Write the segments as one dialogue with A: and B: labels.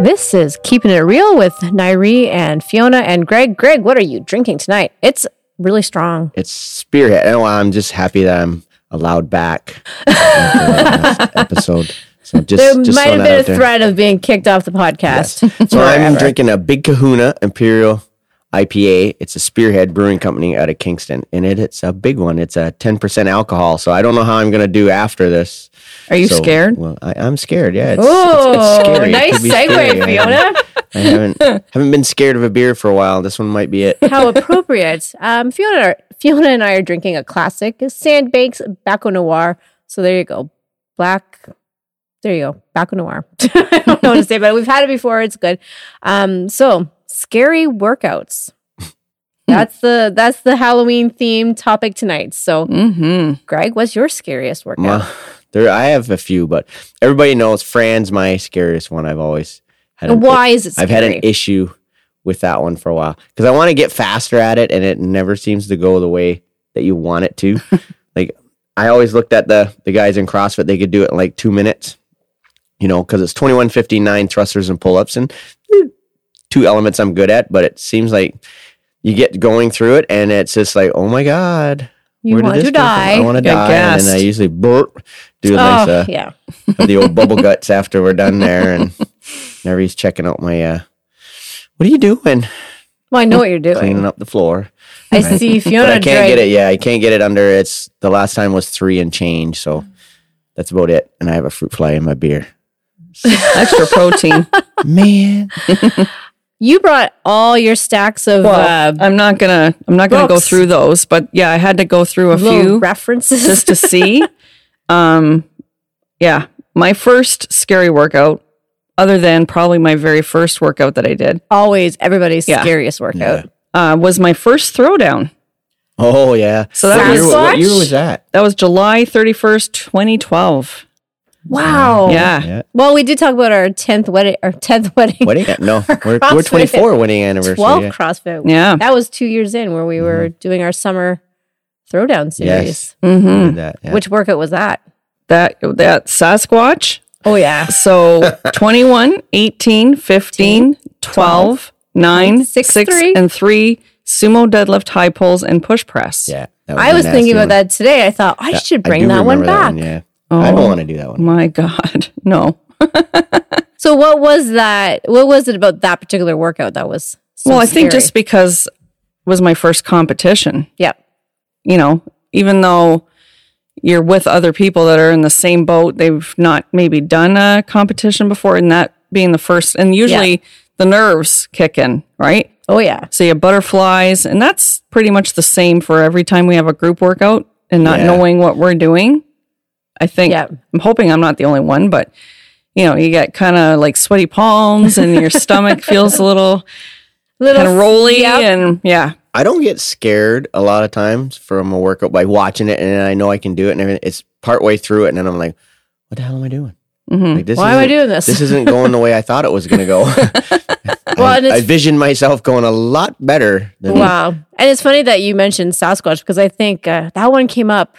A: This is Keeping It Real with Nairi and Fiona and Greg. Greg, what are you drinking tonight? It's really strong.
B: It's Spearhead. Oh, I'm just happy that I'm allowed back after that last episode. So just,
A: There
B: just
A: might have
B: throwing
A: been
B: that
A: a
B: out there.
A: threat of being kicked off the podcast.
B: So I'm
A: Forever.
B: drinking a Big Kahuna Imperial IPA. It's a Spearhead Brewing Company out of Kingston, and it, it's a big one. It's a 10% alcohol. So I don't know how I'm going to do after this.
C: Are you
B: So-
C: scared?
B: Well, I, I'm scared. Yeah, it's,
A: Oh,
B: it's, it's scary. It
A: nice
B: could be
A: segue,
B: scary. I haven't-
A: Fiona.
B: I haven't haven't been scared of a beer for a while. This one might be it.
A: How appropriate. Um, Fiona, Fiona and I are drinking a classic Sandbanks Baco Noir. So there you go. Black. There you go. Baco Noir. I don't know what to say, but we've had it before. It's good. Um, so scary workouts.
B: Hmm.
A: That's the that's the Halloween theme topic tonight. So,
C: Mm-hmm.
A: Greg, what's your scariest workout?
B: Ma- there, I have a few, but everybody knows Fran's my scariest one. I've always had.
A: And
B: an-
A: why is it scary?
B: I've had an issue with that one for a while because I want to get faster at it, and it never seems to go the way that you want it to. like I always looked at the the guys in CrossFit; they could do it in like two minutes, you know, because it's twenty one fifty nine thrusters and pull ups, and they're two elements I'm good at. But it seems like you get going through it, and it's just like, oh my god.
A: you
B: where did
A: want
B: this
A: to
B: come from? I
A: die.
B: want to
C: Good
B: die, and then I
C: guess.
B: usually burp, do a nice uh,
A: oh, yeah.
B: of the old bubble guts after we're done there. And whenever he's checking out my, uh, what are you doing?
A: Well, I know what you're doing.
B: Cleaning up the floor.
A: I see
B: But
A: Fiona
B: I can't
A: Drake.
B: get it. Yeah, I can't get it under. It's the last time was three and change. So that's about it. And I have a fruit fly in my beer.
C: Extra protein.
B: Man.
A: You brought all your stacks of
C: Well,
A: uh,
C: I'm not gonna. I'm not gonna go
A: books.
C: through those. But yeah, I had to go through a
A: little
C: few
A: references.
C: just to see. um, yeah, my first scary workout, other than probably my very first workout that I did,
A: Always everybody's
C: Yeah.
A: scariest
B: Yeah.
A: workout.
C: uh, was my first throwdown.
B: Oh, yeah.
C: So that
B: What year,
C: was
B: what year
A: Sasquatch?
B: was that?
C: that was July 31st, 2012.
A: Wow.
C: yeah.
B: Yeah.
A: Well, we did talk about our tenth wedding. Our tenth wedding.
B: Wedding? No, we're, we're
A: CrossFit
B: 24 wedding anniversary.
A: Twelve
B: yeah. Mm-hmm.
A: CrossFit.
C: Yeah.
A: That was two years in where we were doing our summer throwdown series.
B: Yes.
C: hmm
B: Did that, yeah.
A: Which workout was that?
C: That that Sasquatch.
A: Oh yeah.
C: So 21, 18, 15, 12, 9,
A: Six,
C: 6,
A: three.
C: and 3 sumo deadlift high pulls and push press.
B: yeah. that
A: I
B: a
A: was
B: nasty
A: thinking about
B: one.
A: that today. I thought I
B: Yeah,
A: should
B: I
A: bring
B: do
A: that one
B: remember
A: back. Oh.
B: yeah. I don't want to do that one.
C: My god. No.
A: So what was that? What was it about that particular workout that was? So
C: well, I think
A: scary?
C: just because it was my first competition,
A: yeah.
C: you know, even though you're with other people that are in the same boat, they've not maybe done a competition before and that being the first and usually the nerves kick in, right?
A: Oh yeah.
C: So you have butterflies, and that's pretty much the same for every time we have a group workout and not
B: Yeah.
C: knowing what we're doing. I think
A: Yeah.
C: I'm hoping I'm not the only one, but you know, you get kind of like sweaty palms and your stomach feels a little
A: Little
C: kind of rolly
A: yeah.
C: and yeah.
B: I don't get scared a lot of times from a workout by watching it, and I know I can do it, and everything. It's partway through it, and then I'm like, "What the hell am I doing?
C: hmm
B: Like, this
A: Mm-hmm. Why am I
B: isn't-
A: doing this?
B: This isn't going the way I thought it was going to go."
A: Well,
B: I,
A: and it's-
B: I visioned myself going a lot better than
A: Wow. And it's funny that you mentioned Sasquatch because I think uh, that one came up.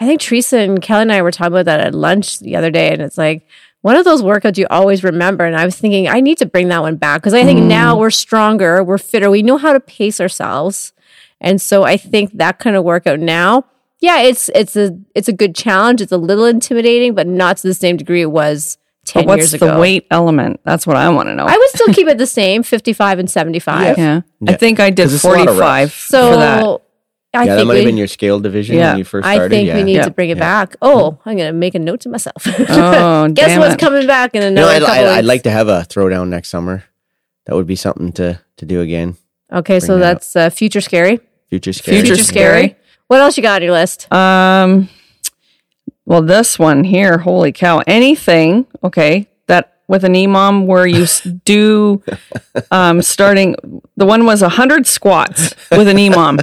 A: I think Teresa and Kelly and I were talking about that at lunch the other day. And it's like one of those workouts you always remember. And I was thinking, I need to bring that one back because I think now
C: Mm.
A: we're stronger, we're fitter, we know how to pace ourselves. And so I think that kind of workout now, yeah, it's it's a it's a good challenge. It's a little intimidating, but not to the same degree it was ten
C: But what's
A: years
C: the
A: ago.
C: weight element? That's what I want to know.
A: I would still keep it the same, fifty five and seventy five.
C: yeah. I
B: Yeah.
C: think I did
B: 'Cause it's a lot of
C: 45
A: So
C: for that.
A: I
B: yeah, that
A: think
B: might
A: we,
B: have been your scale division
C: Yeah,
B: when you first started.
A: I think
B: yeah.
A: we need
C: Yeah.
A: to bring it back. Oh, I'm gonna make a note to myself.
C: Oh,
A: Guess
C: damn
A: what's
C: it.
A: coming back in
B: You know,
A: another
B: I'd,
A: couple
B: I'd, I'd
A: weeks?
B: like to have a throwdown next summer. That would be something to to do again.
A: Okay, so
B: bring it up.
A: that's uh, future scary.
B: Future scary.
C: Future
A: Future scary.
C: Scary.
A: What else you got on your list?
C: Um, well, this one here, holy cow! Anything, okay? That with an imam where you s- do, um, starting the one was a hundred squats with an imam,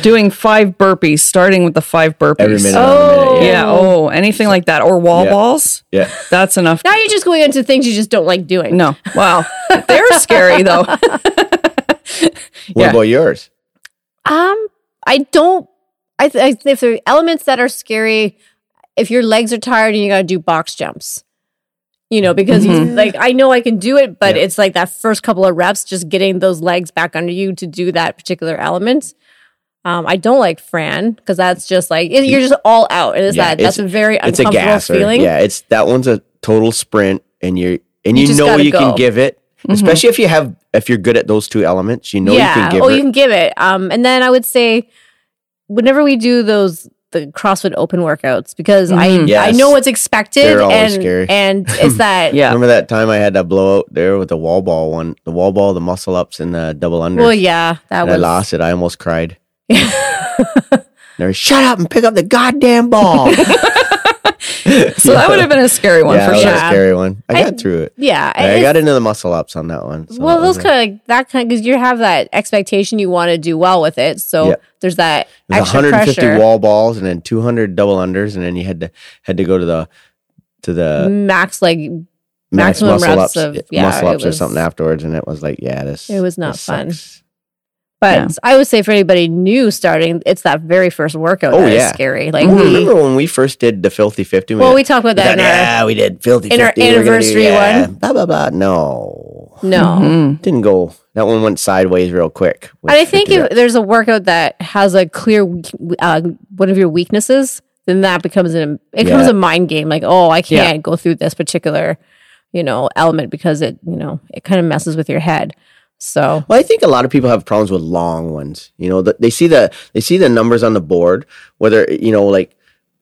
C: doing five burpees, starting with the five burpees.
B: Every minute.
A: Oh.
B: on the minute,
C: Yeah. Oh, anything like that, or wall
B: Yeah.
C: balls.
B: yeah. yeah.
C: That's enough.
A: Now you're just going into things you just don't like doing.
C: No. Wow. They're scary though.
B: What
C: Yeah.
B: about yours?
A: Um, I don't. I, th- I th- if there are elements that are scary, if your legs are tired and you got to do box jumps, you know, because
B: Mm-hmm.
A: you, like I know I can do it, but it's like that first couple of reps, just getting those legs back under you to do that particular element. Um, I don't like Fran because that's just like it, you're just all out. It is
B: Yeah,
A: that that's a
B: it's-
A: very
B: it's a
A: uncomfortable
B: gasser.
A: feeling.
B: Yeah, it's that one's a total sprint, and you're and
A: You
B: you,
A: just
B: know
A: gotta
B: you
A: go. Mm-hmm.
B: can give it, especially if you have if you're good at those two elements. You know you can give
A: oh,
B: it.
A: you can give it. Um, and then I would say, whenever we do those the CrossFit Open workouts, because I
C: Mhm.
A: I
B: Yes.
A: know what's expected,
B: They're always
A: and
B: scary.
A: and it's that
C: Yeah.
B: Remember that time I had that blowout there with the wall ball one, the wall ball, the muscle ups, and the double under.
A: Well, yeah, that
B: and
A: was
B: I lost it. I almost cried. They were, shut up and pick up the goddamn ball.
C: So that would have been a scary one
B: yeah,
C: for
B: that
C: sure.
B: was a scary one. I
A: I-
B: got through it.
A: yeah.
B: I,
A: it's-
B: got into the muscle ups on that one. so
A: well,
B: that was
A: those
B: it.
A: kind of that kind because you have that expectation you want to do well with it. So
B: Yeah.
A: there's that
B: It was
A: extra
B: 150
A: pressure,
B: wall balls and then 200 double unders, and then you had to had to go to the to the
A: max like it
B: max
A: maximum
B: muscle
A: reps
B: ups,
A: of-
B: yeah,
A: yeah,
B: muscle
A: it
B: ups or
A: was-
B: something afterwards, and it was like, yeah, this
A: was not
B: this
A: fun.
B: sucks.
A: But
C: Yeah.
A: I would say for anybody new starting, it's that very first workout
B: Oh,
A: that is
B: yeah.
A: scary. Like
B: Ooh,
A: we-
B: remember when we first did the filthy 50?
A: well,
B: had-
A: we talked about that in our
B: yeah, we did filthy
A: in our
B: 50, we're gonna do-
A: anniversary
B: yeah,
A: one.
B: Blah blah blah. No,
A: no.
C: Mhm.
B: didn't go. That one went sideways real quick. with
A: And I think
B: 50
A: if there's a workout that has a clear weak, uh, one of your weaknesses, then that becomes an it becomes
B: Yeah.
A: a mind game. Like, oh, I can't go through this particular, you know, element because it, you know, it kind of messes with your head. So
B: Well, I think a lot of people have problems with long ones. You know, th- they see the they see the numbers on the board, whether you know, like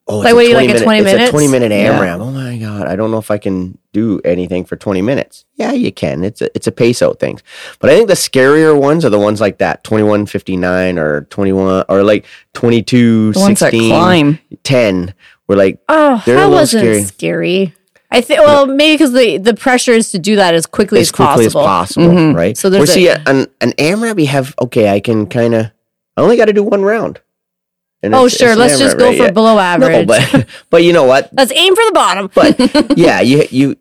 B: oh, it's
A: Like,
B: a
A: what do you like, a
B: minute,
A: 20
B: it's
A: minutes?
B: a twenty minute
C: Yeah.
B: AMRAM. Oh my god, I don't know if I can do anything for twenty minutes. Yeah, you can. It's a it's a pace out thing, but I think the scarier ones are the ones like that twenty one fifty nine or twenty one or like twenty two
C: The ones that
B: sixteen
C: climb.
B: ten. We're like
A: oh,
B: They're a
A: that
B: little
A: wasn't
B: scary.
A: scary. I think well, maybe because the the pressure is to do that as quickly as,
B: as quickly
A: possible. Mm-hmm.
B: as possible,
C: Mhm.
B: right?
A: So
B: So
A: there's
B: there's we
A: a-
B: see a, an an AMRAP. You have okay, I can kind of. I only got to do one round. And
A: Oh,
B: it's-
A: sure,
B: it's an
A: let's
B: AMRAP,
A: just go
B: right?
A: for
B: Yeah.
A: below average.
B: No, but but you know what?
A: let's aim for the bottom.
B: But yeah, you you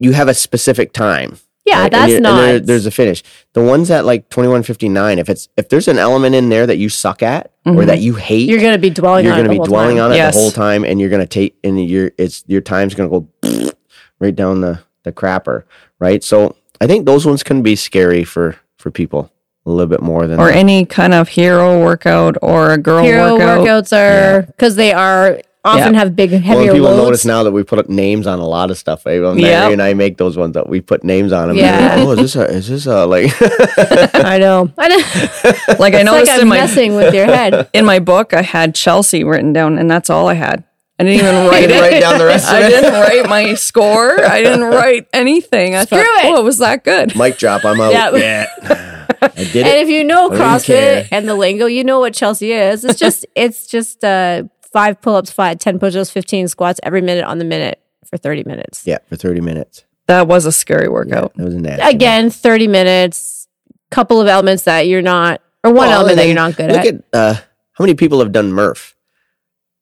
B: you have a specific time.
A: Yeah,
B: right? And
A: that's
B: you- and
A: not.
B: there- there's a finish. The ones that like twenty one fifty nine. If it's if there's an element in there that you suck at or
C: Mhm.
B: that you hate,
A: Mm-hmm. you're going to be dwelling
B: you're
A: on
B: going
A: it
B: to
A: Oh, the
B: be
A: whole
B: dwelling
A: time.
B: on it
C: Yes.
B: the whole time, and you're going to take and your it's your time's going to go right down the the crapper, right? So I think those ones can be scary for for people a little bit more than
C: Or
B: the-
C: any kind of hero workout or a girl
A: Hero
C: workout.
A: workouts are because they are often have big
B: well,
A: heavier
B: and people
A: loads.
B: notice now that we put up names on a lot of stuff. Right? When
C: Yep.
B: Mary and I make those ones up. We put names on them.
A: Yeah.
B: Yeah. oh, is this a, is this a like?
A: I know. I know. It's
C: Like I
A: like
C: noticed
A: I'm
C: in my
A: messing with your head.
C: in my book, I had Chelsea written down, and that's all I had. I didn't even
B: I
C: write
B: didn't
C: it.
B: write down the rest
C: I
B: of it.
C: didn't write my score. I didn't write anything. I
A: Screw
C: thought,
A: it.
C: oh, it was that good.
B: Mic drop. I'm out.
A: Yeah.
B: Yeah. I did
A: And
B: it.
A: if you know
B: I don't care.
A: CrossFit and the lingo, you know what Chelsea is. It's just it's just uh, five pull-ups, five, 10 push-ups, 15 squats every minute on the minute for 30 minutes.
B: Yeah, for 30 minutes.
C: That was a scary workout.
B: That was a nasty. one.
A: Again, 30 minutes, couple of elements that you're not or one
B: Well,
A: element
B: and
A: that you're
B: then
A: not good
B: look
A: at.
B: at, uh, how many people have done Murph,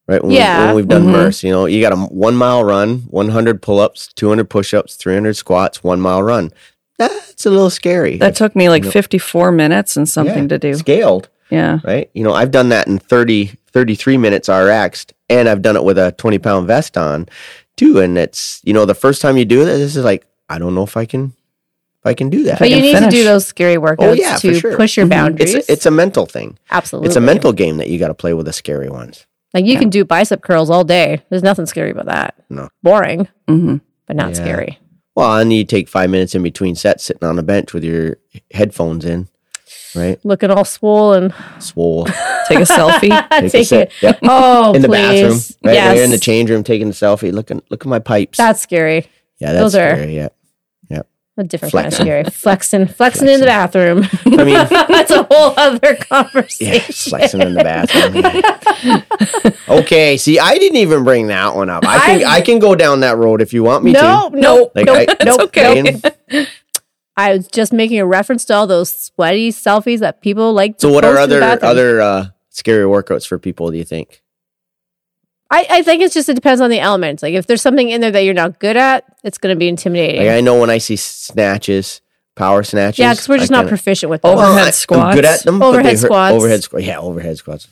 B: right? When, we-
A: Yeah. mm-hmm.
B: when we've done
C: Mhm.
B: Murphs, you know, you got a m- one mile run, 100 pull ups, 200 push ups, 300 squats, one mile run. That's a little scary.
C: That took me like
B: Nope.
C: 54 minutes and something
B: Yeah,
C: to do.
B: Scaled,
C: Yeah.
B: right? You know, I've done that in 30, 33 minutes RX'd, and I've done it with a 20 pound vest on too. And it's, you know, the first time you do it, this is like, I don't know if I can, if I can do that.
A: but you
C: can
A: need to do
C: finish.
A: those scary workouts
B: yeah, for
A: to
B: sure. Mm-hmm.
A: push your boundaries.
B: it's, a, it's a mental thing.
A: Absolutely.
B: It's a mental game that you got to play with the scary ones.
A: Like you can do bicep curls all day. There's nothing scary about that.
B: No.
A: Boring,
C: hmm
A: but not
B: Yeah.
A: scary.
B: Well, and you take five minutes in between sets sitting on a bench with your headphones in, right?
A: Looking all swollen.
B: Swole.
C: Take a selfie.
A: Take,
B: a sip. Yep.
A: Oh,
B: in the bathroom.
A: please.
B: Right
A: Yes.
B: there in the change room taking a selfie. Look, at- look at my pipes.
A: That's scary.
B: yeah, that's
A: those are-
B: scary. Yeah.
A: A different
B: Flexing.
A: kind of scary. Flexing. Flexing in the bathroom.
B: I mean,
A: That's a whole other
B: yeah,
A: conversation.
B: flexing in the bathroom. yeah. okay. See, I didn't even bring that one up. I can, I, can go down that road if you want me
A: No,
B: to.
A: no,
B: Like,
A: no,
B: I-
A: no,
C: okay.
A: no. I was just making a reference to all those sweaty selfies that people like. To
B: So, what
A: post
B: are
A: in the
B: other
A: bathroom.
B: other uh, scary workouts for people? Do you think?
A: I, I think it's just it depends on the elements. Like if there's something in there that you're not good at, it's going to be intimidating.
B: Like, I know when I see snatches, power snatches.
A: Yeah, because we're just
B: I
A: not
B: kinda-
A: proficient with
C: Oh,
A: those.
C: Overhead
B: I- I'm
C: squats.
B: good at them. but
A: Overhead
B: they hurt-
A: squats.
B: Overhead squats. Yeah, overhead squats.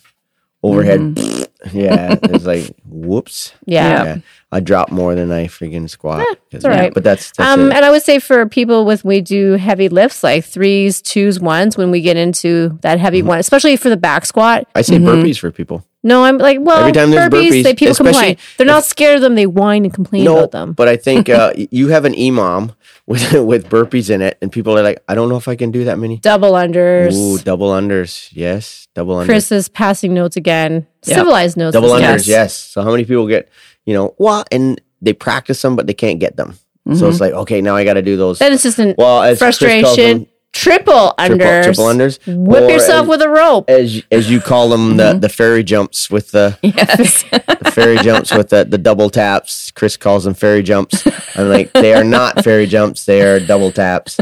B: Overhead.
A: Mm-hmm.
B: Yeah, it's like whoops.
A: Yeah.
B: I drop more than I freaking squat.
A: Eh, it's all right.
B: But that's, that's
A: Um,
B: it.
A: and I would say for people with we do heavy lifts like threes, twos, ones when we get into that heavy
B: Mm-hmm.
A: one, especially for the back squat.
B: I say
C: Mhm.
B: burpees for people.
A: No, I'm like, well,
B: Every time there's
A: burpees,
B: burpees,
A: they people
B: especially
A: complain. They're not scared of them. They whine and complain
B: No,
A: about them.
B: but I think uh, y- you have an imam with with burpees in it, and people are like, I don't know if I can do that many.
A: Double unders.
B: Ooh, double unders. Yes, double unders.
A: Chris is passing notes again.
C: Yep.
A: Civilized notes.
B: double
A: this
B: unders.
A: time.
B: Yes. So how many people get you know what? And they practice them, but they can't get them.
A: Mm-hmm.
B: So it's like, okay, now I got to do those.
A: Then it's just an
B: Well, as Chris calls
A: frustration.
B: them,
A: Triple
B: triple,
A: unders.
B: triple unders.
A: Whip
B: or
A: yourself
B: as-
A: with Mm-hmm. a rope.
B: as as you call them the the fairy jumps with the,
C: Yes.
B: the fairy jumps with the, the double taps. Chris calls them fairy jumps. I'm like they are not fairy jumps. They are double taps.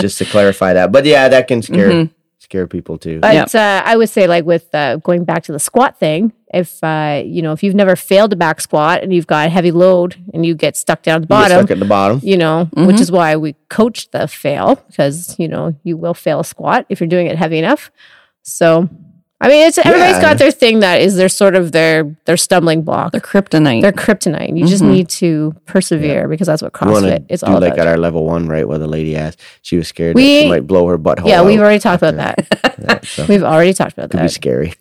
B: Just to clarify that. But yeah, that can scare
A: Mm-hmm.
B: scare people too.
A: But uh, I would say, like with uh, going back to the squat thing, if uh, you know, if you've never failed a back squat and you've got a heavy load and you get stuck down at the
B: You get
A: bottom,
B: stuck Mm-hmm. at the bottom.
A: you know, which is why we coach the fail because you know you will fail a squat if you're doing it heavy enough. So, I mean, it's everybody's
B: Yeah.
A: got their thing that is their sort of their their stumbling block,
C: They're kryptonite.
A: their kryptonite. You just
C: Mhm.
A: need to persevere because that's what
B: Mm-hmm. You want
A: CrossFit
B: to
A: is
B: do
A: all
B: like
A: about.
B: at our level one, right? Where the lady asked, she was scared that
A: We-
B: she might blow her butthole.
A: yeah,
B: out.
A: we've already talked about that.
B: Yeah, so
A: We've already talked about
B: could be
A: that.
B: scary.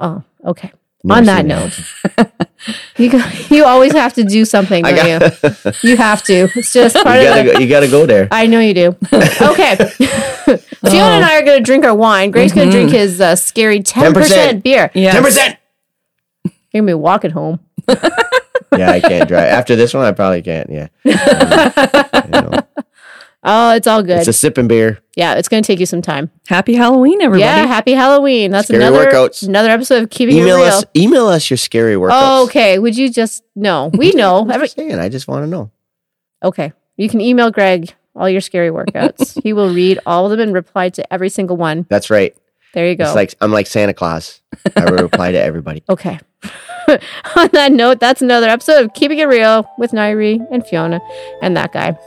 A: Oh, okay.
B: Never
A: On that
B: seen it
A: note, you go, you always have to do something,
B: I
A: don't
B: got,
A: you? You have to. It's just part
B: you
A: of the.
B: gotta go, you gotta go there.
A: I know you do. Okay. Fiona and I are going to drink our wine. Greg's going to drink his uh, scary 10%,
B: 10%.
A: beer.
C: Yes.
B: Mm-hmm. Ten percent.
A: You're going to be walking home.
B: Yeah, I can't drive after this one. I probably can't. Yeah. Um, you know.
A: Oh, it's all
B: It's
A: good.
B: a sipping beer.
A: yeah, it's going to take you some time.
C: Happy Halloween, everybody.
A: Yeah, happy Halloween. That's
B: Scary
A: another
B: workouts.
A: another episode of Keeping
B: Email
A: It Real.
B: us. Email us your scary workouts.
A: Oh, okay. Would you just no? We know.
B: I'm
A: Every,
B: just saying. I just want to know.
A: okay. You can email Greg all your scary workouts. he will read all of them and reply to every single one.
B: That's right.
A: There you go.
B: It's like I'm like Santa Claus. I would reply to everybody.
A: Okay. On that note, that's another episode of Keeping It Real with Nairi and Fiona and that guy.